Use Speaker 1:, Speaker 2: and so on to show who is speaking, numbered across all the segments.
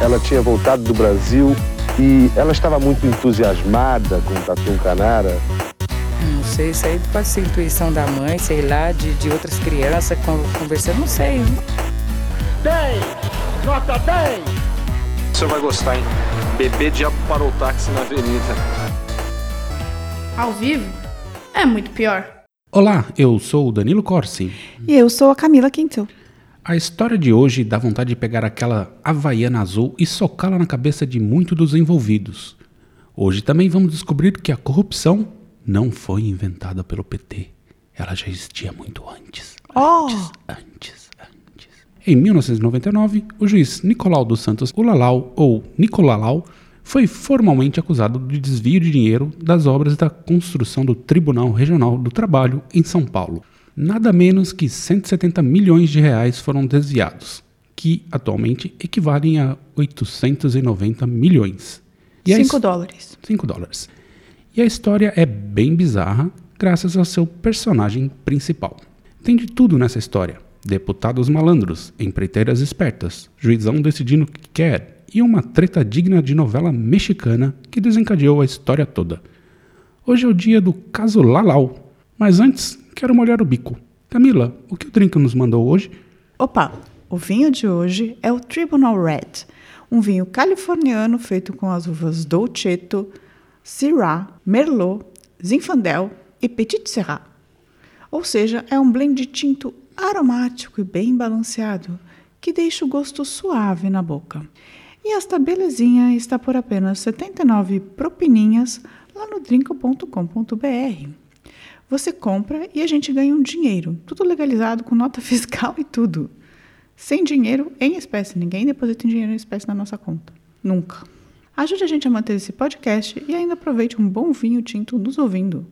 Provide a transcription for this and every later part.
Speaker 1: Ela tinha voltado do Brasil e ela estava muito entusiasmada com o Tatu Canara.
Speaker 2: Não sei, isso aí pode ser intuição da mãe, sei lá, de, de outras crianças con- conversando, não sei.
Speaker 3: 10, nota 10.
Speaker 4: Você vai gostar, hein? Bebê diabo para o táxi na avenida.
Speaker 5: Ao vivo é muito pior.
Speaker 6: Olá, eu sou o Danilo Corsi.
Speaker 7: E eu sou a Camila Quintel.
Speaker 6: A história de hoje dá vontade de pegar aquela havaiana azul e socá-la na cabeça de muitos dos envolvidos. Hoje também vamos descobrir que a corrupção não foi inventada pelo PT. Ela já existia muito antes.
Speaker 7: Oh!
Speaker 6: Antes, antes, antes. Em 1999, o juiz Nicolau dos Santos Ulalau, ou Nicolalau, foi formalmente acusado de desvio de dinheiro das obras da construção do Tribunal Regional do Trabalho em São Paulo. Nada menos que 170 milhões de reais foram desviados, que atualmente equivalem a 890 milhões. E a
Speaker 7: 5 dólares.
Speaker 6: 5 dólares. E a história é bem bizarra, graças ao seu personagem principal. Tem de tudo nessa história: deputados malandros, empreiteiras espertas, juizão decidindo o que quer e uma treta digna de novela mexicana que desencadeou a história toda. Hoje é o dia do caso Lalau, mas antes quero molhar o bico. Camila, o que o Drinco nos mandou hoje?
Speaker 7: Opa, o vinho de hoje é o Tribunal Red, um vinho californiano feito com as uvas Dolcetto, Syrah, Merlot, Zinfandel e Petit Syrah. Ou seja, é um blend tinto aromático e bem balanceado, que deixa o gosto suave na boca. E esta belezinha está por apenas 79 propininhas lá no drinco.com.br. Você compra e a gente ganha um dinheiro, tudo legalizado com nota fiscal e tudo. Sem dinheiro em espécie, ninguém deposita em dinheiro em espécie na nossa conta. Nunca. Ajude a gente a manter esse podcast e ainda aproveite um bom vinho tinto nos ouvindo.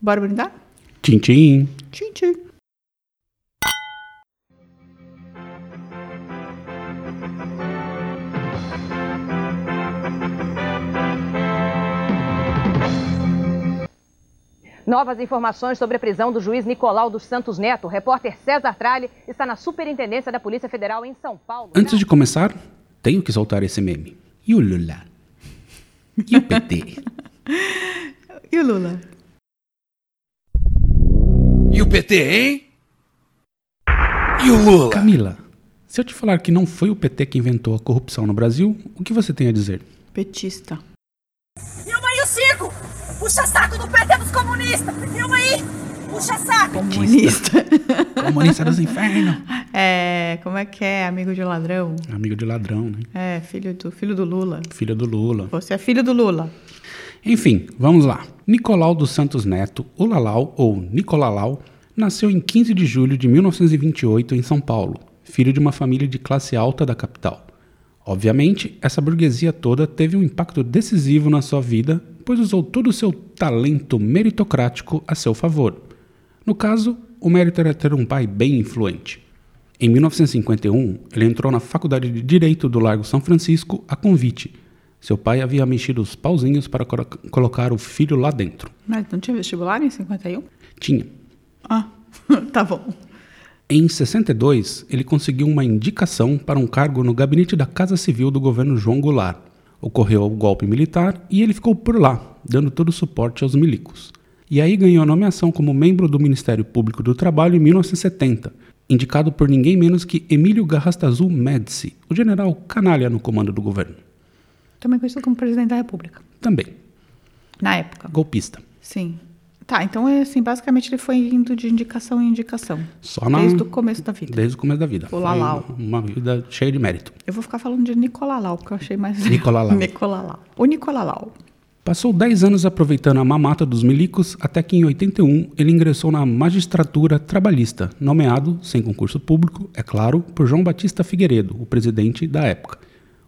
Speaker 7: Bora brindar?
Speaker 6: Tchim, tchim!
Speaker 7: Tchim, tchim.
Speaker 8: Novas informações sobre a prisão do juiz Nicolau dos Santos Neto. O repórter César Tralli está na Superintendência da Polícia Federal em São Paulo.
Speaker 6: Antes de começar, tenho que soltar esse meme. E o Lula? E o PT?
Speaker 7: E o Lula?
Speaker 9: E o PT, hein? E o Lula?
Speaker 6: Camila, se eu te falar que não foi o PT que inventou a corrupção no Brasil, o que você tem a dizer?
Speaker 7: Petista.
Speaker 10: Minha mãe o circo! Puxa saco do PT dos comunistas! Minha mãe! Puxa saco!
Speaker 7: Comunista.
Speaker 6: Comunista dos infernos!
Speaker 7: é, como é que é? Amigo de ladrão?
Speaker 6: Amigo de ladrão, né?
Speaker 7: É, filho do, filho do Lula.
Speaker 6: Filha do Lula.
Speaker 7: Você é filho do Lula.
Speaker 6: Enfim, vamos lá. Nicolau dos Santos Neto, o Lalau, ou Nicolalau, nasceu em 15 de julho de 1928 em São Paulo, filho de uma família de classe alta da capital. Obviamente, essa burguesia toda teve um impacto decisivo na sua vida, pois usou todo o seu talento meritocrático a seu favor. No caso, o mérito era ter um pai bem influente. Em 1951, ele entrou na Faculdade de Direito do Largo São Francisco a convite. Seu pai havia mexido os pauzinhos para colo- colocar o filho lá dentro.
Speaker 7: Mas não tinha vestibular em 51?
Speaker 6: Tinha.
Speaker 7: Ah, tá bom.
Speaker 6: Em 62, ele conseguiu uma indicação para um cargo no gabinete da Casa Civil do governo João Goulart. Ocorreu o golpe militar e ele ficou por lá, dando todo o suporte aos milicos. E aí ganhou a nomeação como membro do Ministério Público do Trabalho em 1970, indicado por ninguém menos que Emílio Garrastazu Médici, o general canalha no comando do governo.
Speaker 7: Também conhecido como presidente da República.
Speaker 6: Também,
Speaker 7: Na época.
Speaker 6: golpista.
Speaker 7: Sim. Tá, então é assim, basicamente ele foi indo de indicação em indicação.
Speaker 6: Só na-
Speaker 7: Desde o começo da vida.
Speaker 6: Desde o começo da vida.
Speaker 7: O Lalau.
Speaker 6: Foi Uma vida cheia de mérito.
Speaker 7: Eu vou ficar falando de Nicolalau, porque eu achei mais.
Speaker 6: Nicolau.
Speaker 7: Nicolalau. O Nicolalau.
Speaker 6: Passou 10 anos aproveitando a mamata dos milicos até que em 81 ele ingressou na magistratura trabalhista, nomeado, sem concurso público, é claro, por João Batista Figueiredo, o presidente da época.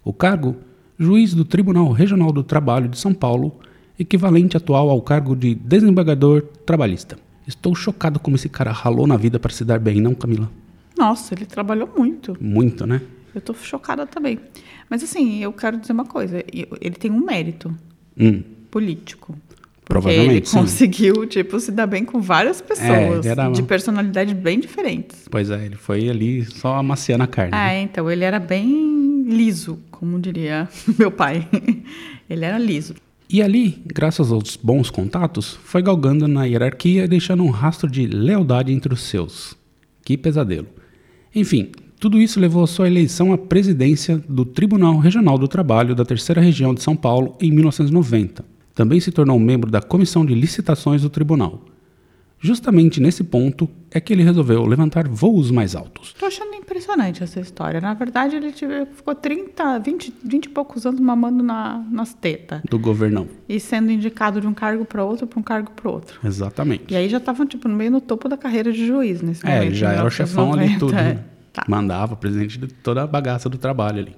Speaker 6: O cargo, juiz do Tribunal Regional do Trabalho de São Paulo, equivalente atual ao cargo de desembargador trabalhista. Estou chocado como esse cara ralou na vida para se dar bem, não, Camila?
Speaker 7: Nossa, ele trabalhou muito.
Speaker 6: Muito, né?
Speaker 7: Eu tô chocada também. Mas assim, eu quero dizer uma coisa. eu- Ele tem um mérito
Speaker 6: Hum,
Speaker 7: político. Porque
Speaker 6: provavelmente.
Speaker 7: ele
Speaker 6: sim. É,
Speaker 7: conseguiu, tipo, se dar bem com várias pessoas.
Speaker 6: ele era-
Speaker 7: De personalidades bem diferentes.
Speaker 6: Pois é, ele foi ali só amaciando a carne. né?
Speaker 7: Ah, então, ele era bem liso, como diria meu pai. Ele era liso.
Speaker 6: E ali, graças aos bons contatos, foi galgando na hierarquia e deixando um rastro de lealdade entre os seus. Que pesadelo. Enfim, tudo isso levou à sua eleição à presidência do Tribunal Regional do Trabalho da Terceira Região de São Paulo em 1990. Também se tornou membro da Comissão de Licitações do Tribunal. Justamente nesse ponto é que ele resolveu levantar voos mais altos.
Speaker 7: Tô achando impressionante essa história. Na verdade, ele tive- ficou 30, 20, 20 e poucos anos mamando na- nas tetas.
Speaker 6: Do governão.
Speaker 7: E sendo indicado de um cargo para outro, para um cargo para outro.
Speaker 6: Exatamente.
Speaker 7: E aí já estavam, tipo, no meio no topo da carreira de juiz nesse
Speaker 6: É,
Speaker 7: momento.
Speaker 6: ele
Speaker 7: em
Speaker 6: já era o chefão ali
Speaker 7: 1990,
Speaker 6: tudo.
Speaker 7: é.
Speaker 6: né?
Speaker 7: Tá.
Speaker 6: Mandava, presidente de toda a bagaça do trabalho ali.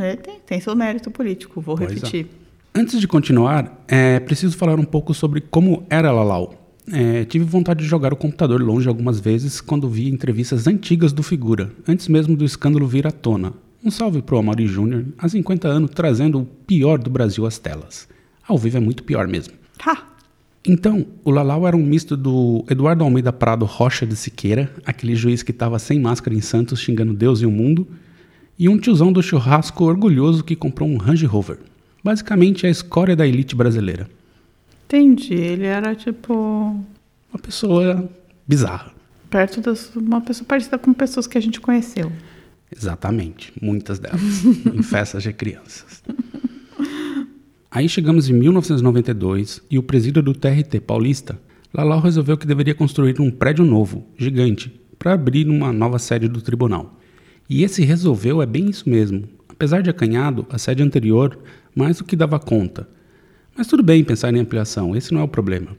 Speaker 7: É, é, tem, tem seu mérito político, vou
Speaker 6: Pois é.
Speaker 7: repetir.
Speaker 6: Antes de continuar, é preciso falar um pouco sobre como era Lalau. É, tive vontade de jogar o computador longe algumas vezes quando vi entrevistas antigas do Figura, antes mesmo do escândalo vir à tona. Um salve pro Amaury Júnior, há 50 anos, trazendo o pior do Brasil às telas. Ao vivo é muito pior mesmo.
Speaker 7: Ha!
Speaker 6: Então, o Lalau era um misto do Eduardo Almeida Prado Rocha de Siqueira, aquele juiz que estava sem máscara em Santos xingando Deus e o mundo, e um tiozão do churrasco orgulhoso que comprou um Range Rover. Basicamente, é a escória da elite brasileira.
Speaker 7: Entendi. Ele era, tipo,
Speaker 6: Uma pessoa bizarra.
Speaker 7: perto das. Uma pessoa parecida com pessoas que a gente conheceu.
Speaker 6: Exatamente, muitas delas, em festas de crianças. Aí chegamos em 1992 e o presídio do TRT paulista, Lalau resolveu que deveria construir um prédio novo, gigante, para abrir uma nova sede do tribunal. E esse resolveu é bem isso mesmo. Apesar de acanhado, a sede anterior mais do que dava conta. Mas tudo bem pensar em ampliação, esse não é o problema.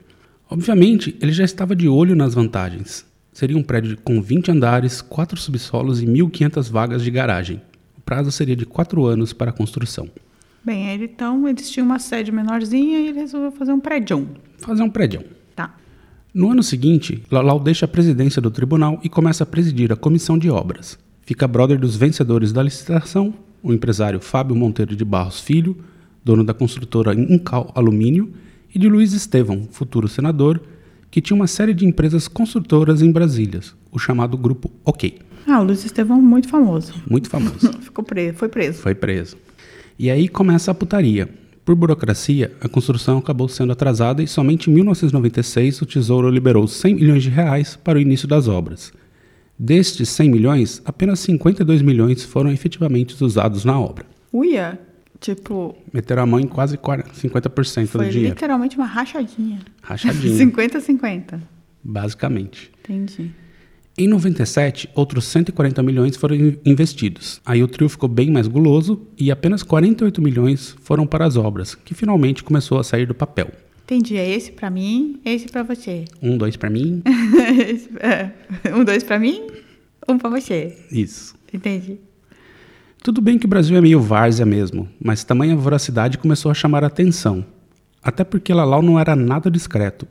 Speaker 6: Obviamente, ele já estava de olho nas vantagens. Seria um prédio com 20 andares, 4 subsolos e 1.500 vagas de garagem. O prazo seria de 4 anos para a construção.
Speaker 7: Bem, ele, então, eles tinham uma sede menorzinha e ele resolveu fazer um prédio.
Speaker 6: Fazer um prédio.
Speaker 7: Tá.
Speaker 6: No ano seguinte, Lalau deixa a presidência do tribunal e começa a presidir a comissão de obras. Fica brother dos vencedores da licitação, o empresário Fábio Monteiro de Barros Filho, dono da construtora Incal Alumínio, e de Luiz Estevão, futuro senador, que tinha uma série de empresas construtoras em Brasília, o chamado Grupo OK,
Speaker 7: Ah, o Luiz Estevão, muito famoso.
Speaker 6: muito famoso.
Speaker 7: Ficou preso, foi preso.
Speaker 6: Foi preso. E aí começa a putaria. Por burocracia, a construção acabou sendo atrasada e somente em 1996 o Tesouro liberou 100 milhões de reais para o início das obras. Destes 100 milhões, apenas 52 milhões foram efetivamente usados na obra.
Speaker 7: Uia! Tipo,
Speaker 6: Meteram a mão em quase 40, 50%
Speaker 7: foi
Speaker 6: do dinheiro,
Speaker 7: literalmente uma rachadinha.
Speaker 6: Rachadinha.
Speaker 7: 50-50.
Speaker 6: basicamente.
Speaker 7: Entendi.
Speaker 6: Em 97, outros 140 milhões foram in- investidos. Aí o trio ficou bem mais guloso e apenas 48 milhões foram para as obras, que finalmente começou a sair do papel.
Speaker 7: Entendi. É esse pra mim, esse pra você.
Speaker 6: Um, dois pra mim.
Speaker 7: Esse- é, um, dois pra mim, um pra você.
Speaker 6: Isso.
Speaker 7: Entendi.
Speaker 6: Tudo bem que o Brasil é meio várzea mesmo, mas tamanha voracidade começou a chamar a atenção. Até porque Lalau não era nada discreto.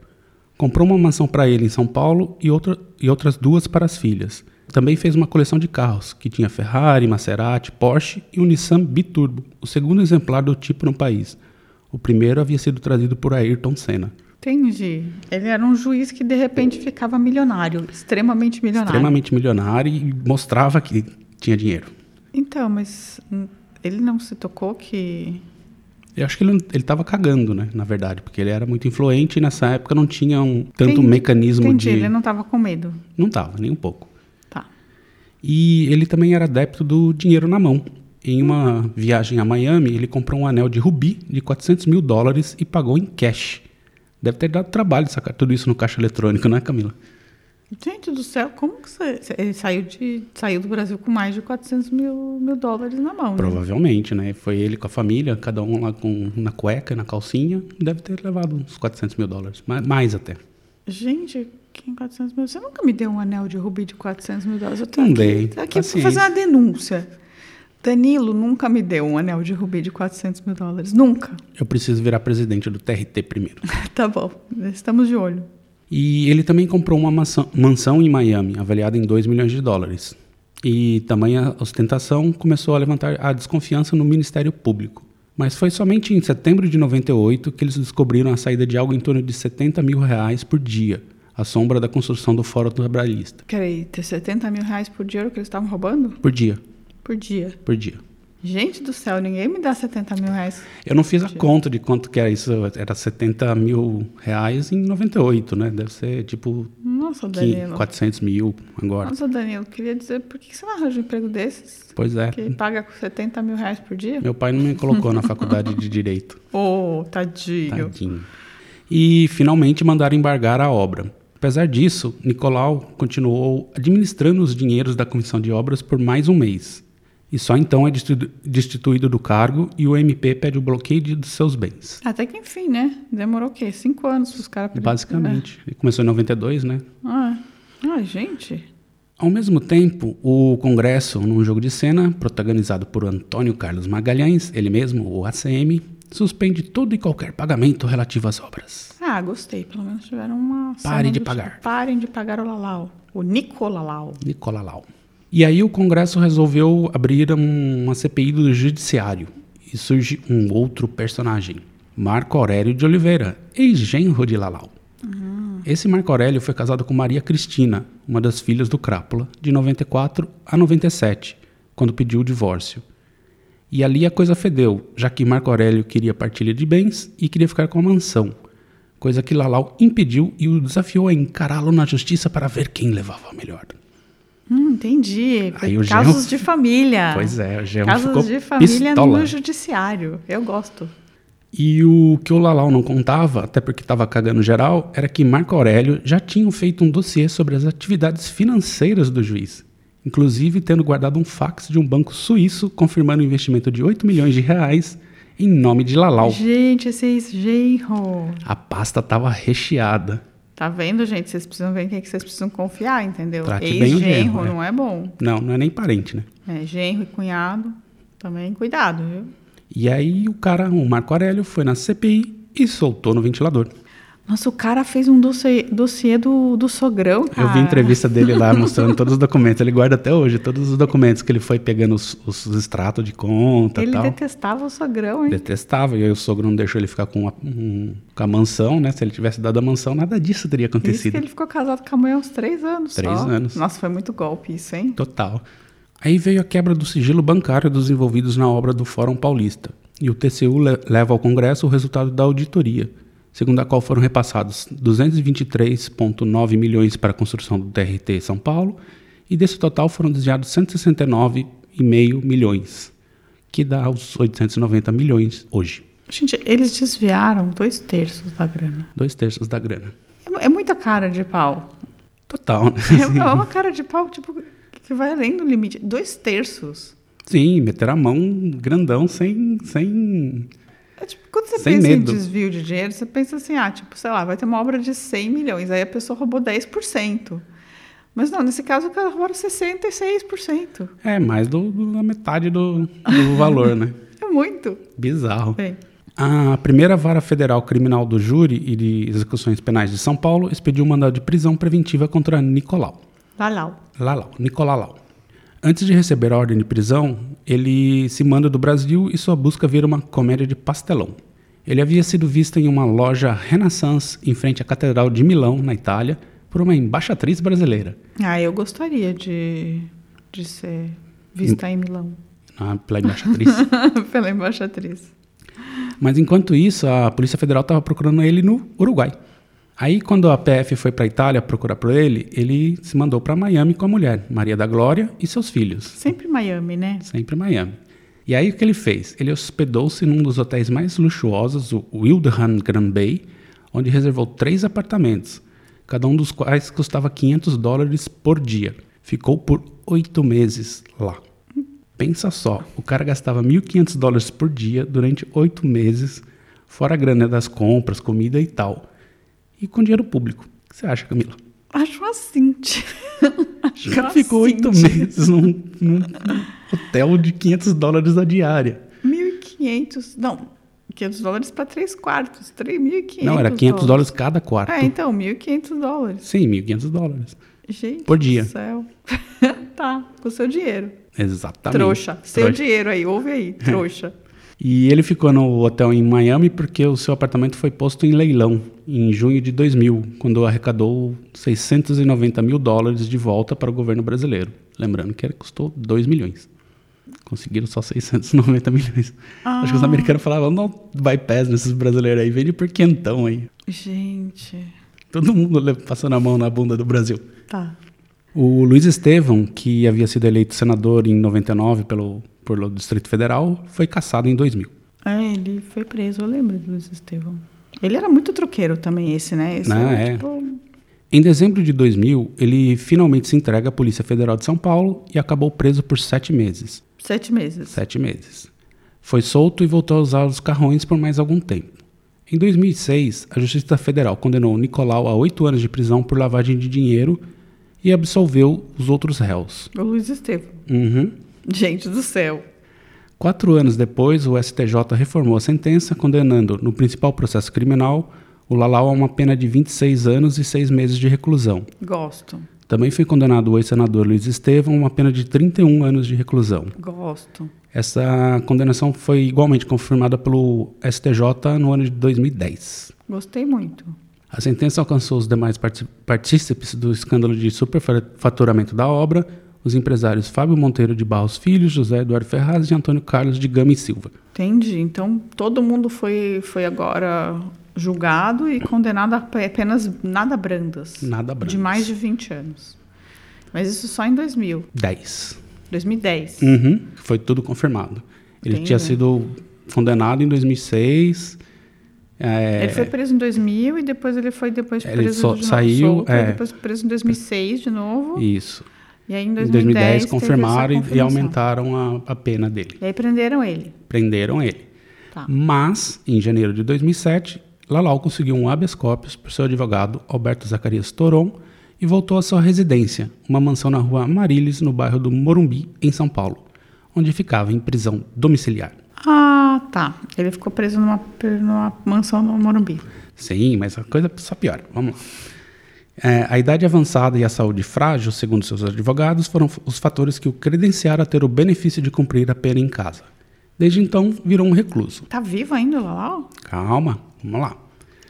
Speaker 6: Comprou uma mansão para ele em São Paulo e, outra, e outras duas para as filhas. Também fez uma coleção de carros, que tinha Ferrari, Maserati, Porsche e um Nissan Biturbo, o segundo exemplar do tipo no país. O primeiro havia sido trazido por Ayrton Senna.
Speaker 7: Entendi. Ele era um juiz que de repente ficava milionário, extremamente milionário.
Speaker 6: Extremamente milionário e mostrava que tinha dinheiro.
Speaker 7: Então, mas hum, ele não se tocou que.
Speaker 6: Eu acho que ele, ele tava cagando, né? Na verdade, porque ele era muito influente e nessa época não tinha um, tanto
Speaker 7: Entendi.
Speaker 6: mecanismo
Speaker 7: Entendi,
Speaker 6: de.
Speaker 7: ele não tava com medo.
Speaker 6: Não tava, nem um pouco.
Speaker 7: Tá.
Speaker 6: E ele também era adepto do dinheiro na mão. Em uma viagem a Miami, ele comprou um anel de rubi de 400 mil dólares e pagou em cash. Deve ter dado trabalho sacar tudo isso no caixa eletrônico, né, Camila?
Speaker 7: Gente do céu, como que você, ele saiu, de, saiu do Brasil com mais de 400 mil, mil dólares na mão? né?
Speaker 6: Provavelmente, né? Foi ele com a família, cada um lá com, na cueca, na calcinha. Deve ter levado uns 400 mil dólares, ma- mais até.
Speaker 7: Gente, que 400 mil? Você nunca me deu um anel de rubi de 400 mil dólares? Eu tô
Speaker 6: Não
Speaker 7: aqui,
Speaker 6: dei,
Speaker 7: tô aqui pra
Speaker 6: paciência.
Speaker 7: fazer uma denúncia. Danilo nunca me deu um anel de rubi de 400 mil dólares. Nunca.
Speaker 6: Eu preciso virar presidente do TRT primeiro.
Speaker 7: Tá bom, estamos de olho.
Speaker 6: E ele também comprou uma mansão, mansão em Miami, avaliada em 2 milhões de dólares. E tamanha ostentação começou a levantar a desconfiança no Ministério Público. Mas foi somente em setembro de 98 que eles descobriram a saída de algo em torno de 70 mil reais por dia, à sombra da construção do Fórum Trabalhista.
Speaker 7: Peraí, ter 70 mil reais por dia era o que eles estavam roubando?
Speaker 6: Por dia,
Speaker 7: Por dia.
Speaker 6: por dia.
Speaker 7: Gente do céu, ninguém me dá 70 mil reais.
Speaker 6: Eu não fiz a conta de quanto que era isso. Era 70 mil reais em 98, né? Deve ser tipo
Speaker 7: Nossa,
Speaker 6: 500,
Speaker 7: Danilo.
Speaker 6: 400 mil agora.
Speaker 7: Nossa, Danilo, queria dizer, por que que você não arranja um emprego desses?
Speaker 6: Pois é.
Speaker 7: Que paga com 70 mil reais por dia?
Speaker 6: Meu pai não me colocou na faculdade de Direito.
Speaker 7: Ô, tadinho.
Speaker 6: Tadinho. E finalmente mandaram embargar a obra. Apesar disso, Nicolau continuou administrando os dinheiros da comissão de obras por mais um mês. E só então é destitu- destituído do cargo e o MP pede o bloqueio de- dos seus bens.
Speaker 7: Até que enfim, né? Demorou o quê? Cinco anos para os caras... pedirem-
Speaker 6: Basicamente. Ele começou em 92, né?
Speaker 7: Ah, ah, gente.
Speaker 6: Ao mesmo tempo, o Congresso, num jogo de cena, protagonizado por Antônio Carlos Magalhães, ele mesmo, o ACM, suspende todo e qualquer pagamento relativo às obras.
Speaker 7: Ah, gostei. Pelo menos tiveram uma...
Speaker 6: Parem
Speaker 7: semana
Speaker 6: de
Speaker 7: do-
Speaker 6: pagar.
Speaker 7: Parem de pagar o Lalau. O Nicolalau.
Speaker 6: Nicolau. E aí o Congresso resolveu abrir um- uma CPI do Judiciário e surge um outro personagem, Marco Aurélio de Oliveira, ex-genro de Lalau. Esse Marco Aurélio foi casado com Maria Cristina, uma das filhas do Crápula, de 94 a 97, quando pediu o divórcio. E ali a coisa fedeu, já que Marco Aurélio queria partilha de bens e queria ficar com a mansão, coisa que Lalau impediu e o desafiou a encará-lo na justiça para ver quem levava a melhor.
Speaker 7: Hum, entendi.
Speaker 6: Aí o
Speaker 7: Casos
Speaker 6: genro-
Speaker 7: de família.
Speaker 6: Pois é, o genro ficou
Speaker 7: Casos de família
Speaker 6: pistola.
Speaker 7: no judiciário. Eu gosto.
Speaker 6: E o que o Lalau não contava, até porque estava cagando geral, era que Marco Aurélio já tinha feito um dossiê sobre as atividades financeiras do juiz, inclusive tendo guardado um fax de um banco suíço confirmando o investimento de 8 milhões de reais em nome de Lalau.
Speaker 7: Gente, esses genro.
Speaker 6: A pasta estava recheada.
Speaker 7: Tá vendo, gente? Vocês precisam ver em quem é que vocês precisam confiar, entendeu?
Speaker 6: Trate bem o genro, né?
Speaker 7: não é bom.
Speaker 6: Não, não é nem parente, né?
Speaker 7: É, genro e cunhado, também cuidado, viu?
Speaker 6: E aí o cara, o Marco Aurélio, foi na CPI e soltou no ventilador.
Speaker 7: Nossa, o cara fez um dossiê, dossiê do, do sogrão, cara.
Speaker 6: Eu vi entrevista dele lá mostrando todos os documentos. Ele guarda até hoje todos os documentos que ele foi pegando os, os extratos de conta e
Speaker 7: Ele
Speaker 6: tal.
Speaker 7: detestava o sogrão, hein?
Speaker 6: Detestava, e aí o sogro não deixou ele ficar com a, um- com a mansão, né? Se ele tivesse dado a mansão, nada disso teria
Speaker 7: Isso que
Speaker 6: acontecido.
Speaker 7: ele ficou casado com a mulher há uns três anos
Speaker 6: Três
Speaker 7: só.
Speaker 6: anos.
Speaker 7: Nossa, foi muito golpe isso, hein?
Speaker 6: Total. Aí veio a quebra do sigilo bancário dos envolvidos na obra do Fórum Paulista. E o TCU le- leva ao Congresso o resultado da auditoria, segundo a qual foram repassados 223,9 milhões para a construção do TRT São Paulo, e desse total foram desviados 169,5 milhões, que dá os 890 milhões hoje.
Speaker 7: Gente, eles desviaram dois terços da grana.
Speaker 6: Dois terços da grana.
Speaker 7: É mu- É, muita cara de pau.
Speaker 6: Total, né?
Speaker 7: É, uma- é uma cara de pau, tipo, que vai além do limite. Dois terços.
Speaker 6: Sim, meter a mão grandão sem. sem...
Speaker 7: É tipo, quando você
Speaker 6: Sem
Speaker 7: pensa
Speaker 6: medo.
Speaker 7: em desvio de dinheiro, você pensa assim, ah, tipo, sei lá, vai ter uma obra de 100 milhões, aí a pessoa roubou 10%. Mas não, nesse caso, o cara roubaram 66%.
Speaker 6: É, mais do, do- da metade do, do valor, né?
Speaker 7: É muito.
Speaker 6: Bizarro.
Speaker 7: Bem,
Speaker 6: A primeira vara federal criminal do júri e de execuções penais de São Paulo expediu um mandado de prisão preventiva contra Nicolau.
Speaker 7: lá, lá.
Speaker 6: Lalau, Nicolau. Antes de receber a ordem de prisão, ele se manda do Brasil e sua busca vira uma comédia de pastelão. Ele havia sido visto em uma loja Renaissance em frente à Catedral de Milão, na Itália, por uma embaixatriz brasileira.
Speaker 7: Ah, eu gostaria de, de ser vista em Milão
Speaker 6: Ah, pela embaixatriz.
Speaker 7: pela embaixatriz.
Speaker 6: Mas enquanto isso, a Polícia Federal estava procurando ele no Uruguai. Aí, quando a PF foi para a Itália procurar por ele, ele se mandou para Miami com a mulher, Maria da Glória, e seus filhos,
Speaker 7: Sempre Miami, né?
Speaker 6: sempre em Miami. E aí, o que ele fez? Ele hospedou-se num dos hotéis mais luxuosos, o Wildham Grand Bay, onde reservou três apartamentos, cada um dos quais custava 500 dólares por dia. Ficou por oito meses lá. Pensa só, o cara gastava 1.500 dólares por dia durante oito meses, fora a grana das compras, comida e tal. E com dinheiro público. O que você acha, Camila?
Speaker 7: Acho uma Cinti. Acho
Speaker 6: O cara
Speaker 7: uma
Speaker 6: ficou oito
Speaker 7: Cinti.
Speaker 6: meses num, num hotel de 500 dólares a diária.
Speaker 7: 1.500, não, 500 dólares para três quartos, 3.500
Speaker 6: Não, era 500 dólares cada quarto.
Speaker 7: É, então, 1.500 dólares.
Speaker 6: Sim, 1.500 dólares.
Speaker 7: Gente
Speaker 6: Por dia.
Speaker 7: do céu. tá, com seu dinheiro.
Speaker 6: Exatamente.
Speaker 7: trouxa. Seu
Speaker 6: Tá Trouxa.
Speaker 7: dinheiro aí, ouve aí, trouxa.
Speaker 6: E ele ficou no hotel em Miami porque o seu apartamento foi posto em leilão em junho de 2000, quando arrecadou 690 mil dólares de volta para o governo brasileiro. Lembrando que ele custou 2 milhões. Conseguiram só 690 milhões.
Speaker 7: Ah.
Speaker 6: Acho que os americanos falavam, não bypass nesses brasileiros aí, vende por quentão aí.
Speaker 7: Gente.
Speaker 6: Todo mundo le- passando a mão na bunda do Brasil.
Speaker 7: Tá.
Speaker 6: O Luiz Estevão, que havia sido eleito senador em 99 pelo, pelo Distrito Federal, foi cassado em 2000.
Speaker 7: É, ele foi preso, eu lembro do Luiz Estevão. Ele era muito troqueiro também, esse, né? Esse
Speaker 6: Ah,
Speaker 7: era,
Speaker 6: é.
Speaker 7: tipo,
Speaker 6: Em dezembro de 2000, ele finalmente se entrega à Polícia Federal de São Paulo e acabou preso por sete meses.
Speaker 7: sete meses.
Speaker 6: Sete meses. Foi solto e voltou a usar os carrões por mais algum tempo. Em 2006, a Justiça Federal condenou Nicolau a oito anos de prisão por lavagem de dinheiro e absolveu os outros réus.
Speaker 7: O Luiz Estevão.
Speaker 6: Uhum.
Speaker 7: Gente do céu.
Speaker 6: Quatro anos depois, o STJ reformou a sentença, condenando, no principal processo criminal, o Lalau a uma pena de 26 anos e seis meses de reclusão.
Speaker 7: Gosto,
Speaker 6: Também foi condenado o ex-senador Luiz Estevão a uma pena de 31 anos de reclusão.
Speaker 7: gosto.
Speaker 6: Essa condenação foi igualmente confirmada pelo STJ no ano de 2010.
Speaker 7: Gostei muito.
Speaker 6: A sentença alcançou os demais parti- partícipes do escândalo de superfaturamento da obra, os empresários Fábio Monteiro de Barros Filho, José Eduardo Ferraz e Antônio Carlos de Gama e Silva.
Speaker 7: Entendi. Então, todo mundo foi, foi agora julgado e condenado a pe- penas nada brandas.
Speaker 6: Nada brandas.
Speaker 7: De mais de 20 anos. Mas isso só em 2000,
Speaker 6: 10.
Speaker 7: 2010.
Speaker 6: Uhum, foi tudo confirmado. Ele
Speaker 7: Entendi.
Speaker 6: tinha sido condenado em 2006. é,
Speaker 7: Ele foi preso em 2000 e depois ele foi depois
Speaker 6: Ele
Speaker 7: preso
Speaker 6: só
Speaker 7: de novo,
Speaker 6: saiu,
Speaker 7: solto, e
Speaker 6: é.
Speaker 7: depois preso em 2006 de novo. E,
Speaker 6: Isso.
Speaker 7: aí em
Speaker 6: Em
Speaker 7: 2010,
Speaker 6: 2010
Speaker 7: teve
Speaker 6: confirmaram
Speaker 7: essa
Speaker 6: e- e
Speaker 7: confirmação.
Speaker 6: aumentaram a, a pena dele.
Speaker 7: E aí prenderam ele.
Speaker 6: Prenderam ele.
Speaker 7: Tá.
Speaker 6: Mas, em janeiro de 2007, Lalau conseguiu um habeas corpus por seu advogado Alberto Zacarias Toron e voltou à sua residência, uma mansão na rua Marilis, no bairro do Morumbi, em São Paulo, onde ficava em prisão domiciliar.
Speaker 7: Ah, tá. Ele ficou preso numa, numa mansão no Morumbi.
Speaker 6: Sim, mas a coisa só piora. Vamos lá. É, a idade avançada e a saúde frágil, segundo seus advogados, foram f- os fatores que o credenciaram a ter o benefício de cumprir a pena em casa. Desde então, virou um recluso.
Speaker 7: Tá vivo ainda, Lalau?
Speaker 6: Calma, vamos lá.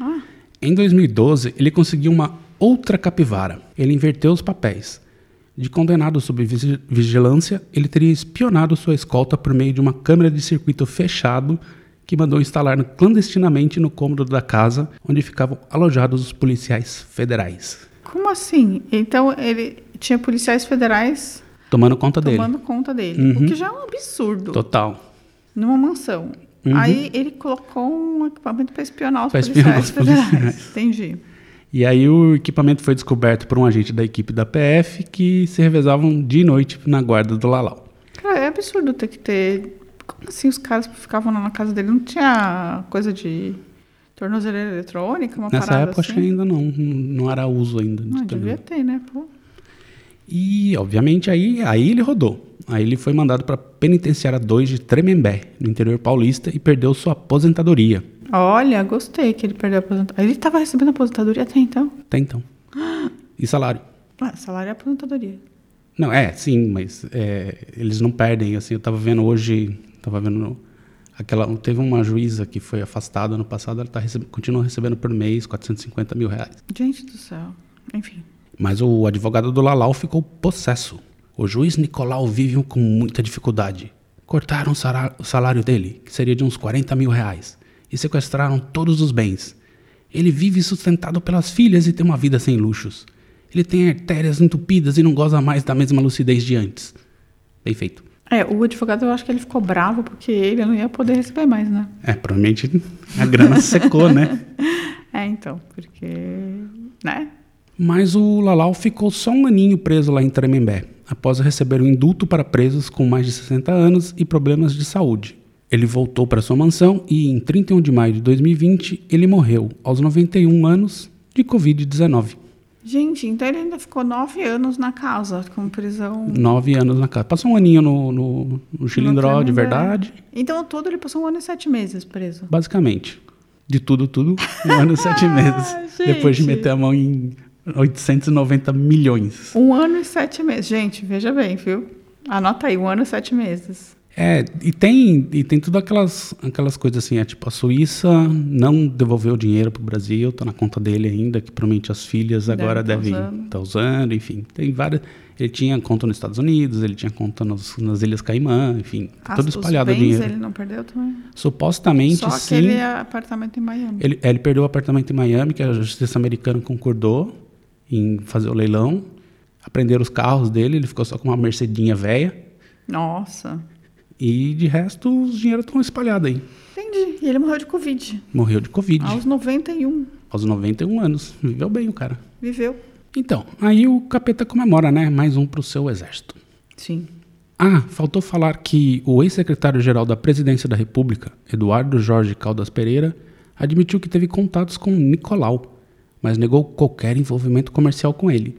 Speaker 7: Ah,
Speaker 6: Em 2012, ele conseguiu uma outra capivara. Ele inverteu os papéis. De condenado sob vigi- vigilância, ele teria espionado sua escolta por meio de uma câmera de circuito fechado que mandou instalar clandestinamente no cômodo da casa onde ficavam alojados os policiais federais,
Speaker 7: como assim? Então ele tinha policiais federais
Speaker 6: tomando conta dele. Uhum.
Speaker 7: tomando conta dele, o que já é um absurdo.
Speaker 6: Total.
Speaker 7: Numa mansão.
Speaker 6: Uhum.
Speaker 7: Aí ele colocou um equipamento para espionar os
Speaker 6: Pra espionar
Speaker 7: policiais
Speaker 6: os
Speaker 7: federais.
Speaker 6: policiais.
Speaker 7: Entendi.
Speaker 6: E aí o equipamento foi descoberto por um agente da equipe da PF que se revezavam de noite na guarda do Lalau.
Speaker 7: Cara, é absurdo ter que ter. Como assim os caras ficavam lá na casa dele? Não tinha coisa de tornozeleira eletrônica, uma
Speaker 6: Nessa
Speaker 7: parada
Speaker 6: época acho
Speaker 7: assim?
Speaker 6: que ainda não, não era uso ainda. de
Speaker 7: Não,
Speaker 6: tornozelo.
Speaker 7: devia ter, né? Pô.
Speaker 6: E, obviamente, aí, aí ele rodou. Aí ele foi mandado para penitenciária 2 de Tremembé, no interior paulista, e perdeu sua aposentadoria.
Speaker 7: Olha, gostei que ele perdeu a aposentadoria. Ele tava recebendo aposentadoria até então.
Speaker 6: Até então. E salário?
Speaker 7: Ah, salário é aposentadoria.
Speaker 6: Não, é, sim, mas é, eles não perdem. Assim, eu tava vendo hoje, tava vendo no- aquela, teve uma juíza que foi afastada ano passado, ela tá receb- continua recebendo por mês 450 mil reais.
Speaker 7: Gente do céu. Enfim.
Speaker 6: Mas o advogado do Lalau ficou possesso. O juiz Nicolau vive com muita dificuldade. Cortaram o sara- o salário dele, que seria de uns 40 mil reais, e sequestraram todos os bens. Ele vive sustentado pelas filhas e tem uma vida sem luxos. Ele tem artérias entupidas e não goza mais da mesma lucidez de antes. Bem feito.
Speaker 7: É, o advogado eu acho que ele ficou bravo porque ele não ia poder receber mais, né?
Speaker 6: É, provavelmente a grana secou, né?
Speaker 7: É, então, porque. né?
Speaker 6: Mas o Lalau ficou só um aninho preso lá em Tremembé, após receber um indulto para presos com mais de 60 anos e problemas de saúde. Ele voltou para sua mansão e, em 31 de maio de 2020, ele morreu, aos 91 anos, de Covid-19.
Speaker 7: Gente, então ele ainda ficou nove anos na casa, com prisão.
Speaker 6: Nove anos na casa. Passou um aninho no, no, no
Speaker 7: Não
Speaker 6: Chilindró,
Speaker 7: tem
Speaker 6: de
Speaker 7: ideia.
Speaker 6: verdade,
Speaker 7: Então, todo ele passou um ano e sete meses preso.
Speaker 6: basicamente. De tudo, tudo, um ano e sete meses. Depois de
Speaker 7: Ah, gente.
Speaker 6: meter a mão em 890 milhões.
Speaker 7: Um ano e sete meses. Gente, veja bem, viu? Anota aí, um ano e sete meses.
Speaker 6: É, e tem, e tem tudo aquelas, aquelas coisas assim, é tipo, a Suíça não devolveu o dinheiro para o Brasil, está na conta dele ainda, que provavelmente as filhas
Speaker 7: Deve
Speaker 6: agora
Speaker 7: tá
Speaker 6: devem estar
Speaker 7: usando.
Speaker 6: usando, enfim. Tem várias. Ele tinha conta nos Estados Unidos, ele tinha conta nos- nas Ilhas Caimã, enfim, tá
Speaker 7: As-
Speaker 6: tudo espalhado
Speaker 7: Ah, os
Speaker 6: o
Speaker 7: bens
Speaker 6: dinheiro.
Speaker 7: ele não perdeu também?
Speaker 6: Supostamente
Speaker 7: Só
Speaker 6: sim.
Speaker 7: aquele é- apartamento em Miami.
Speaker 6: Ele, é, ele perdeu o apartamento em Miami, que a justiça americana concordou em fazer o leilão. Aprenderam os carros dele, ele ficou só com uma Mercedinha velha.
Speaker 7: Nossa.
Speaker 6: E de resto, os dinheiros estão espalhados aí.
Speaker 7: Entendi. E ele morreu de Covid.
Speaker 6: Morreu de Covid,
Speaker 7: Aos 91.
Speaker 6: aos 91 anos. Viveu bem o cara.
Speaker 7: Viveu.
Speaker 6: Então, aí o capeta comemora, né? Mais um pro seu exército.
Speaker 7: Sim.
Speaker 6: Ah, faltou falar que o ex-secretário-geral da Presidência da República, Eduardo Jorge Caldas Pereira, admitiu que teve contatos com Nicolau, mas negou qualquer envolvimento comercial com ele.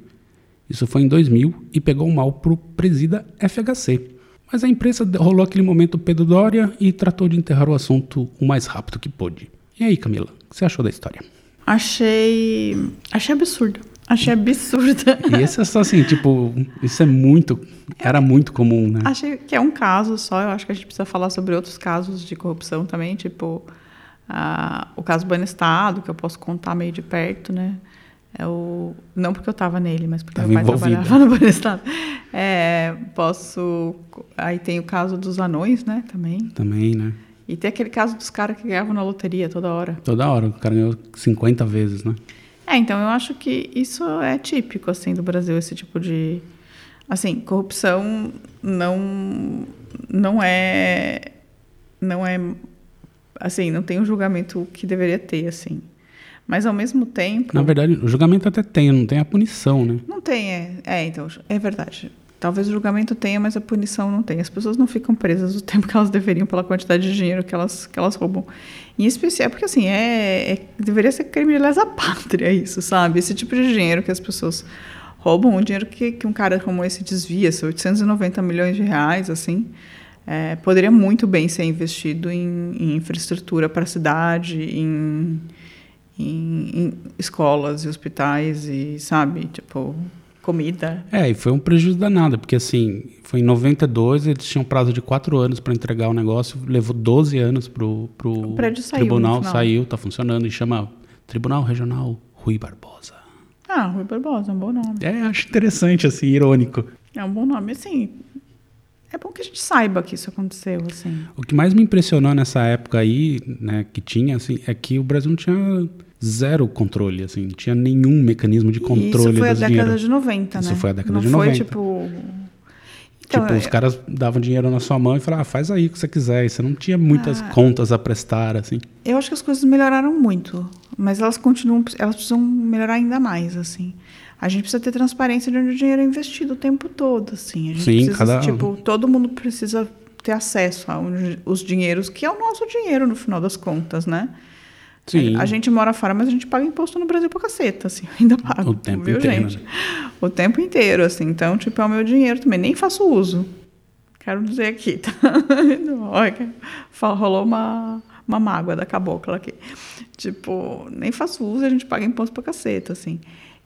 Speaker 6: Isso foi em 2000 e pegou mal pro presida FHC. Mas a imprensa rolou aquele momento Pedro Dória e tratou de enterrar o assunto o mais rápido que pôde. E aí, Camila, o que você achou da história?
Speaker 7: Achei. Achei absurdo. Achei absurda.
Speaker 6: E esse é só assim, tipo, isso é muito, era muito comum, né?
Speaker 7: Achei que é um caso só. Eu acho que a gente precisa falar sobre outros casos de corrupção também, tipo ah, o caso Banestado, que eu posso contar meio de perto, né? É o, não porque eu estava nele, mas porque
Speaker 6: Tava
Speaker 7: meu pai
Speaker 6: envolvida.
Speaker 7: trabalhava no Banestado. É, posso. Aí tem o caso dos anões, né? Também.
Speaker 6: Também, né?
Speaker 7: E tem aquele caso dos caras que ganhavam na loteria toda hora.
Speaker 6: Toda hora, o cara ganhou 50 vezes, né?
Speaker 7: É, então eu acho que isso é típico assim do Brasil esse tipo de assim, corrupção não não é não é assim, não tem o julgamento que deveria ter assim. Mas ao mesmo tempo
Speaker 6: Na verdade, o julgamento até tem, não tem a punição, né?
Speaker 7: não tem, é, é, então, é verdade. Talvez o julgamento tenha, mas a punição não tem. As pessoas não ficam presas o tempo que elas deveriam pela quantidade de dinheiro que elas, que elas roubam. Em especial, porque assim, é, é- deveria ser crime de lesa pátria isso, sabe? Esse tipo de dinheiro que as pessoas roubam, o dinheiro que, que um cara como esse desvia, esses 890 milhões de reais, assim, é, poderia muito bem ser investido em, em infraestrutura para a cidade, em, em, em escolas e hospitais e, sabe, tipo, comida.
Speaker 6: É, e foi um prejuízo danado, porque assim, foi em 92, eles tinham prazo de 4 anos para entregar o negócio, levou 12 anos pro, pro
Speaker 7: O prédio saiu no
Speaker 6: tribunal,
Speaker 7: final.
Speaker 6: saiu, tá funcionando, e chama Tribunal Regional Rui Barbosa.
Speaker 7: Ah, Rui Barbosa é um bom nome.
Speaker 6: É, acho interessante, assim, irônico.
Speaker 7: É um bom nome, assim. É bom que a gente saiba que isso aconteceu, assim.
Speaker 6: O que mais me impressionou nessa época aí, né, que tinha, assim, é que o Brasil não tinha zero controle, assim, não tinha nenhum mecanismo de
Speaker 7: E
Speaker 6: controle
Speaker 7: isso foi a
Speaker 6: desse
Speaker 7: década
Speaker 6: dinheiro.
Speaker 7: de 90, né?
Speaker 6: Isso foi a década
Speaker 7: Não
Speaker 6: de
Speaker 7: foi,
Speaker 6: 90.
Speaker 7: tipo...
Speaker 6: Tipo,
Speaker 7: Então,
Speaker 6: os caras davam dinheiro na sua mão e falavam, ah, faz aí o que você quiser. E você não tinha muitas
Speaker 7: Ah.
Speaker 6: contas a prestar, assim.
Speaker 7: Eu acho que as coisas melhoraram muito, mas elas continuam, elas precisam melhorar ainda mais, assim. A gente precisa ter transparência de onde o dinheiro é investido o tempo todo, assim. A gente
Speaker 6: Sim,
Speaker 7: precisa,
Speaker 6: cada-
Speaker 7: tipo, todo mundo precisa ter acesso aos dinheiros, que é o nosso dinheiro no final das contas, né?
Speaker 6: Sim.
Speaker 7: A, a gente mora fora, mas a gente paga imposto no Brasil pra caceta, assim. Eu ainda pago,
Speaker 6: O tempo
Speaker 7: viu,
Speaker 6: inteiro,
Speaker 7: gente?
Speaker 6: né?
Speaker 7: O tempo inteiro, assim. Então, tipo, é o meu dinheiro também. Nem faço uso. Quero dizer aqui, tá? Não, olha que fa- Rolou uma, uma mágoa da cabocla aqui. Tipo, nem faço uso, a gente paga imposto pra caceta, assim.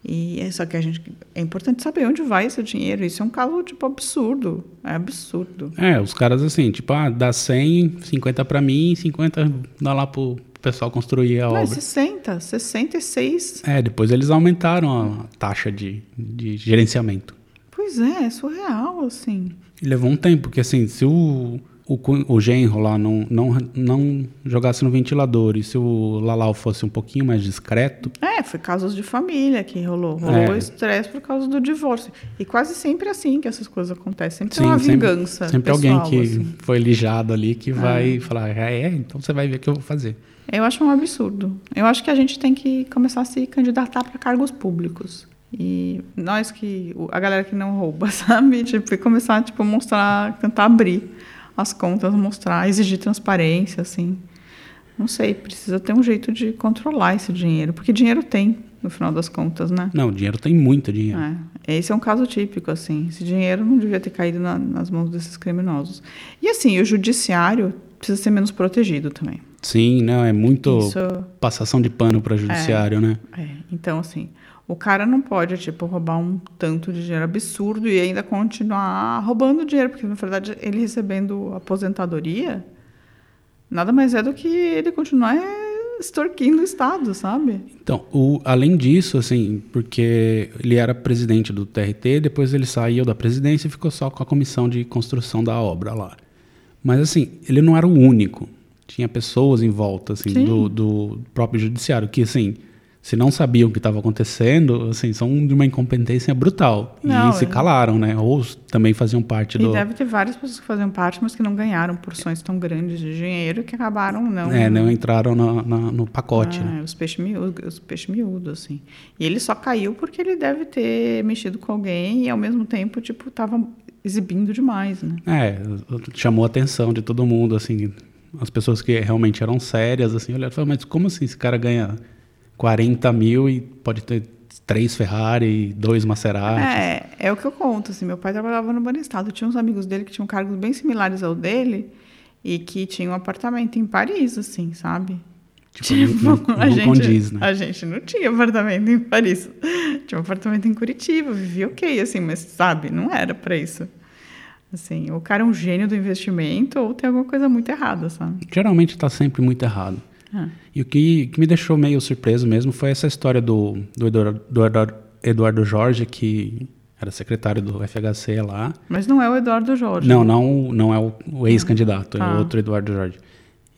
Speaker 7: E é só que a gente... É importante saber onde vai esse dinheiro. Isso é um caso, tipo, absurdo. É absurdo.
Speaker 6: É, os caras assim, tipo, ah, dá 100, 50 pra mim, 50 dá lá pro pessoal construir a
Speaker 7: Não, é
Speaker 6: obra.
Speaker 7: 60, 66.
Speaker 6: É, depois eles aumentaram a taxa de, de gerenciamento.
Speaker 7: Pois é, é surreal, assim.
Speaker 6: E levou um tempo, porque assim, se o, o, cu- o genro lá não, não, não jogasse no ventilador e se o Lalau fosse um pouquinho mais discreto,
Speaker 7: É, foi casos de família que rolou. Rolou
Speaker 6: É.
Speaker 7: estresse por causa do divórcio. E quase sempre é assim que essas coisas acontecem. Sempre tem
Speaker 6: Sim,
Speaker 7: Então é uma
Speaker 6: sempre-
Speaker 7: vingança.
Speaker 6: Sempre
Speaker 7: pessoal,
Speaker 6: alguém que
Speaker 7: assim. É.
Speaker 6: foi lijado ali que vai falar, ah, é, então você vai ver o que eu vou fazer.
Speaker 7: Eu acho um absurdo. Eu acho que a gente tem que começar a se candidatar para cargos públicos. E nós que. o- A galera que não rouba, sabe? Tipo, e começar tipo, mostrar, tentar abrir as contas, mostrar, exigir transparência, assim. Não sei, precisa ter um jeito de controlar esse dinheiro. Porque dinheiro tem, no final das contas, né?
Speaker 6: Não, dinheiro tem muito dinheiro.
Speaker 7: É, esse é um caso típico, assim. Esse dinheiro não devia ter caído na- nas mãos desses criminosos. E, assim, o judiciário precisa ser menos protegido também.
Speaker 6: Sim, não, é muito
Speaker 7: Isso-
Speaker 6: passação de pano para judiciário, né?
Speaker 7: É, então, assim, O cara não pode, tipo, roubar um tanto de dinheiro absurdo e ainda continuar roubando dinheiro, porque na verdade ele recebendo aposentadoria nada mais é do que ele continuar extorquindo o Estado, sabe?
Speaker 6: Então, o, além disso, assim, porque ele era presidente do TRT, depois ele saiu da presidência e ficou só com a comissão de construção da obra lá. Mas, assim, ele não era o único. Tinha pessoas em volta, assim, do, do, próprio judiciário, que, assim, se não sabiam o que estava acontecendo, assim, são de uma incompetência brutal.
Speaker 7: Não,
Speaker 6: e se
Speaker 7: eu-
Speaker 6: calaram, né? Ou também faziam parte
Speaker 7: E
Speaker 6: do...
Speaker 7: deve ter várias pessoas que faziam parte, mas que não ganharam porções tão grandes de dinheiro que acabaram não.
Speaker 6: É, não entraram na- na- no pacote,
Speaker 7: Ah,
Speaker 6: né?
Speaker 7: os peixes miúdos, os peixes miúdos, assim. E ele só caiu porque ele deve ter mexido com alguém e ao mesmo tempo, tipo, tava exibindo demais, né?
Speaker 6: É, chamou a atenção de todo mundo, assim, as pessoas que realmente eram sérias, assim, olharam e falaram, mas como assim esse cara ganha 40 mil e pode ter três Ferrari, dois Maserati?
Speaker 7: É, é o que eu conto, assim, meu pai trabalhava no Banestado, tinha uns amigos dele que tinham cargos bem similares ao dele e que tinham um apartamento em Paris, assim, sabe?
Speaker 6: Tipo, não- não- não condiz, né?
Speaker 7: a gente não tinha apartamento em Paris. Tinha um apartamento em Curitiba, vivia ok, assim, mas sabe, não era pra isso. Assim, o cara é um gênio do investimento ou tem alguma coisa muito errada, sabe?
Speaker 6: Geralmente está sempre muito errado.
Speaker 7: Ah.
Speaker 6: E o que, que me deixou meio surpreso mesmo foi essa história do, do, Eduardo, do Eduardo- Eduardo Jorge, que era secretário do FHC lá,
Speaker 7: Mas não é o Eduardo Jorge.
Speaker 6: Não, não, não é o, o ex-candidato, é
Speaker 7: Ah.
Speaker 6: o outro Eduardo Jorge.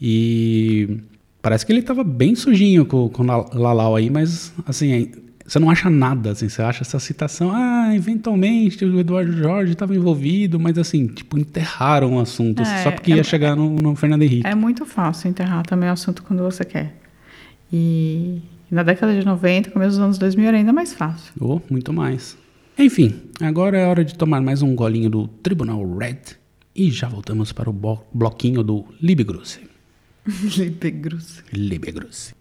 Speaker 6: E parece que ele tava bem sujinho com, com o La- Lalau aí, mas assim, é- você não acha nada, assim, você acha essa citação, ah, eventualmente o Eduardo Jorge estava envolvido, mas assim, tipo, enterraram o assunto, assim,
Speaker 7: É,
Speaker 6: só porque
Speaker 7: é-
Speaker 6: ia chegar no, no Fernando Henrique.
Speaker 7: É muito fácil enterrar também o assunto quando você quer. E na década de 90, começo dos anos 2000 era ainda mais fácil.
Speaker 6: Ou muito mais. Enfim, agora é hora de tomar mais um golinho do Tribunal Red e já voltamos para o bo- bloquinho do Libegrusse.
Speaker 7: Libegrusse.
Speaker 6: Libegrusse.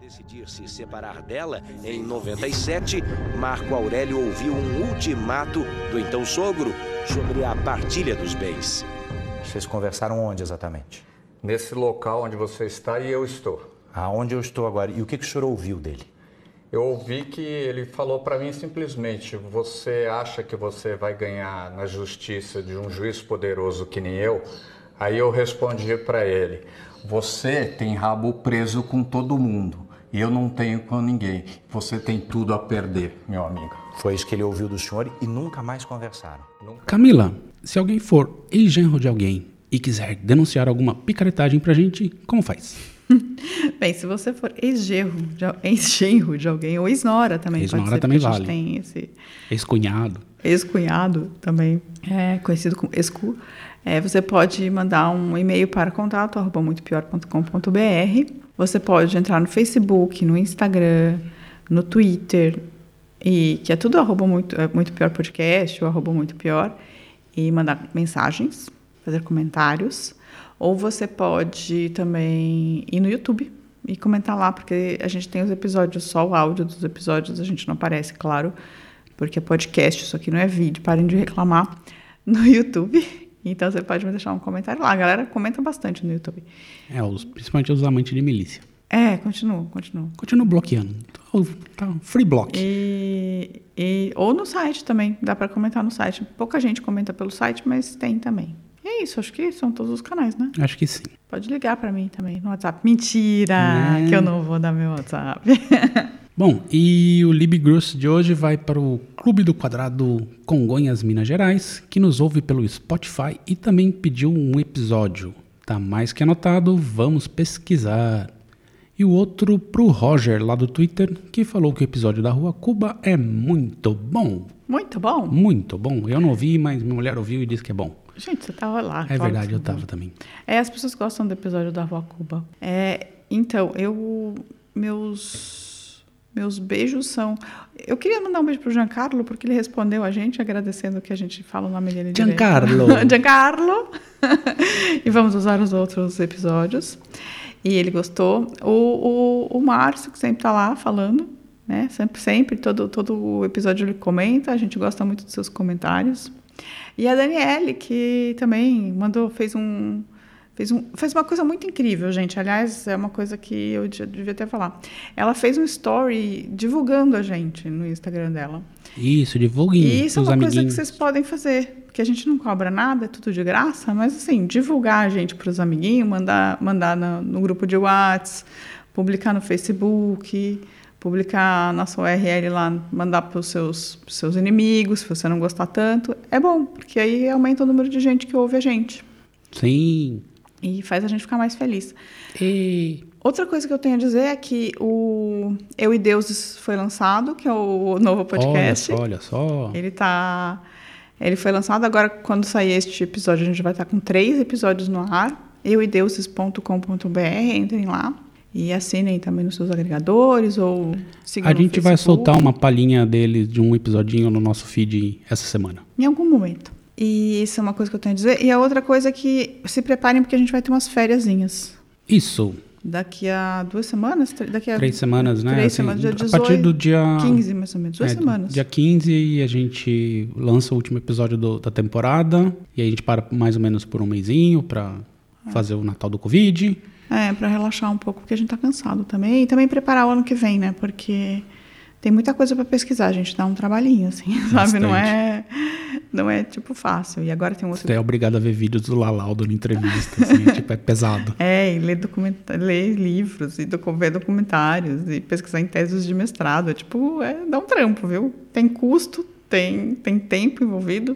Speaker 11: decidir se separar dela, em 97, Marco Aurélio ouviu um ultimato do então sogro sobre a partilha dos bens.
Speaker 12: Vocês conversaram onde exatamente?
Speaker 13: Nesse local onde você está e eu estou.
Speaker 12: Aonde eu estou agora? E o que, que o senhor ouviu dele?
Speaker 13: Eu ouvi que ele falou para mim simplesmente: você acha que você vai ganhar na justiça de um juiz poderoso que nem eu? Aí eu respondi para ele: você tem rabo preso com todo mundo. E eu não tenho com ninguém. Você tem tudo a perder, meu amigo.
Speaker 12: Foi isso que ele ouviu do senhor e nunca mais conversaram.
Speaker 6: Camila, se alguém for ex-genro de alguém e quiser denunciar alguma picaretagem pra gente, como faz?
Speaker 7: Bem, se você for ex-genro de, al- ex-genro de alguém, ou ex-nora também pode
Speaker 6: Ex-nora
Speaker 7: ser,
Speaker 6: também
Speaker 7: porque a gente
Speaker 6: vale.
Speaker 7: tem esse
Speaker 6: É Ex-cunhado.
Speaker 7: ex-cunhado também, é, conhecido como ex-cu, é, você pode mandar um e-mail para contato arroba muitopior.com.br. Você pode entrar no Facebook, no Instagram, no Twitter, e que é tudo arroba muito, é, muito pior podcast ou arroba muito pior, e mandar mensagens, fazer comentários. Ou você pode também ir no YouTube e comentar lá, porque a gente tem os episódios, só o áudio dos episódios, a gente não aparece, claro, porque é podcast, isso aqui não é vídeo, parem de reclamar, no YouTube. Então você pode me deixar um comentário lá. A galera comenta bastante no YouTube.
Speaker 6: É, os, principalmente os amantes de milícia.
Speaker 7: É, continua, continua.
Speaker 6: Continua bloqueando. Tá, tá, free block.
Speaker 7: É. E, e- ou no site também, dá para comentar no site. Pouca gente comenta pelo site, mas tem também. E é isso, acho que são todos os canais, né?
Speaker 6: Acho que sim.
Speaker 7: Pode ligar para mim também no WhatsApp. Mentira,
Speaker 6: Né?
Speaker 7: que eu não vou dar meu WhatsApp.
Speaker 6: Bom, e o Libegrusse de hoje vai para o Clube do Quadrado Congonhas, Minas Gerais, que nos ouve pelo Spotify e também pediu um episódio. Tá mais que anotado, vamos pesquisar. E o outro pro Roger, lá do Twitter, que falou que o episódio da Rua Cuba é muito bom.
Speaker 7: Muito bom?
Speaker 6: Muito bom. Eu não ouvi, mas minha mulher ouviu e disse que é bom.
Speaker 7: Gente, você tava lá.
Speaker 6: é
Speaker 7: Ah, claro que
Speaker 6: verdade,
Speaker 7: você
Speaker 6: eu tava também.
Speaker 7: É, as pessoas gostam do episódio da Rua Cuba. É, então, eu. Meus. Meus beijos são. Eu queria mandar um beijo pro Giancarlo, porque ele respondeu a gente, agradecendo o que a gente fala o nome dele. direito.
Speaker 6: Giancarlo.
Speaker 7: Giancarlo! e vamos usar os outros episódios. E ele gostou. O, o, o Márcio, que sempre tá lá falando, né? Sempre, sempre, todo, todo episódio ele comenta, a gente gosta muito dos seus comentários. E a Daniele, que também mandou, fez um. Fez, um, fez uma coisa muito incrível, gente. Aliás, é uma coisa que eu devia até falar. Ela fez um story divulgando a gente no Instagram dela.
Speaker 6: Isso, divulguem.
Speaker 7: E isso é uma
Speaker 6: amiguinhos.
Speaker 7: coisa que vocês podem fazer, porque a gente não cobra nada, é tudo de graça, mas assim, divulgar a gente para os amiguinhos, mandar, mandar no, no grupo de Whats, publicar no Facebook, publicar a nossa URL lá, mandar para os seus, pros seus inimigos, se você não gostar tanto, é bom, porque aí aumenta o número de gente que ouve a gente.
Speaker 6: Sim.
Speaker 7: E faz a gente ficar mais feliz.
Speaker 6: E...
Speaker 7: Outra coisa que eu tenho a dizer é que o Eu e Deuses foi lançado, que é o novo podcast.
Speaker 6: Olha só, olha só.
Speaker 7: Ele tá. Ele foi lançado agora, quando sair este episódio, a gente vai estar com três episódios no ar. euideuses.com.br, entrem lá. E assinem também nos seus agregadores ou sigam
Speaker 6: A gente vai soltar uma palhinha deles de um episodinho no nosso feed essa semana.
Speaker 7: Em algum momento. E isso é uma coisa que eu tenho a dizer. E a outra coisa é que se preparem porque a gente vai ter umas fériasinhas.
Speaker 6: Isso.
Speaker 7: Daqui a duas semanas? Daqui a
Speaker 6: três semanas, né?
Speaker 7: É. Três assim, semanas, dia 18,
Speaker 6: a partir do dia...
Speaker 7: 15, mais ou menos. Duas
Speaker 6: é,
Speaker 7: semanas.
Speaker 6: Dia 15 e a gente lança o último episódio do, da temporada. E aí a gente para mais ou menos por um mêsinho para é. fazer o Natal do Covid.
Speaker 7: É, para relaxar um pouco, porque a gente tá cansado também. E também preparar o ano que vem, né? Porque tem muita coisa para pesquisar, a gente dá um trabalhinho, assim, Bastante. sabe? Não é, não é, tipo, fácil. E agora tem um outro...
Speaker 6: Você é obrigado a ver vídeos do Lalau dando entrevista, assim, tipo, é pesado.
Speaker 7: É, e ler, documenta... ler livros, e docu... ver documentários, e pesquisar em teses de mestrado. É, tipo, é, dá um trampo, viu? Tem custo, tem, tem tempo envolvido,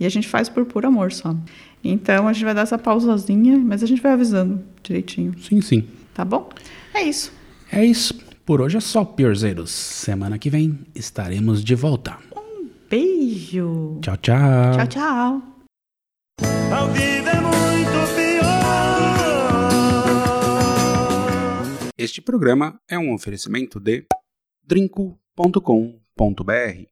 Speaker 7: e a gente faz por puro amor só. Então, a gente vai dar essa pausazinha, mas a gente vai avisando direitinho.
Speaker 6: Sim, sim.
Speaker 7: Tá bom? É isso.
Speaker 6: É isso. Por hoje é só, Piorzeros. Semana que vem estaremos de volta.
Speaker 7: Um beijo.
Speaker 6: Tchau, tchau.
Speaker 7: Tchau, tchau.
Speaker 14: A vida é muito pior.
Speaker 6: Este programa é um oferecimento de drinco.com.br.